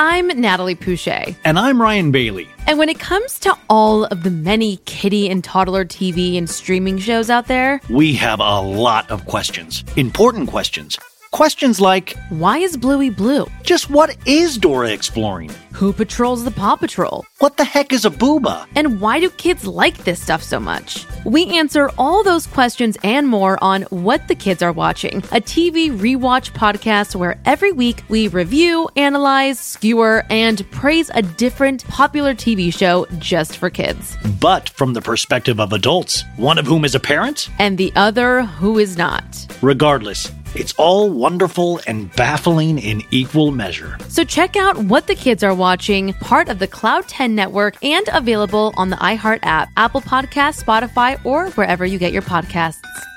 I'm Natalie Pouchet. And I'm Ryan Bailey. And when it comes to all of the many kiddie and toddler TV and streaming shows out there, We have a lot of questions, important questions. Questions like why is Bluey blue? just what is Dora exploring? Who patrols the Paw Patrol? What the heck is a booba? And why do kids like this stuff so much? We answer all those questions and more on What the Kids Are Watching, a TV rewatch podcast where every week we review, analyze, skewer, and praise a different popular TV show just for kids. But from the perspective of adults, one of whom is a parent? And the other, who is not. Regardless, it's all wonderful and baffling in equal measure. So check out What the Kids Are Watching, part of the Cloud 10 network, and available on the iHeart app, Apple Podcasts, Spotify, or wherever you get your podcasts.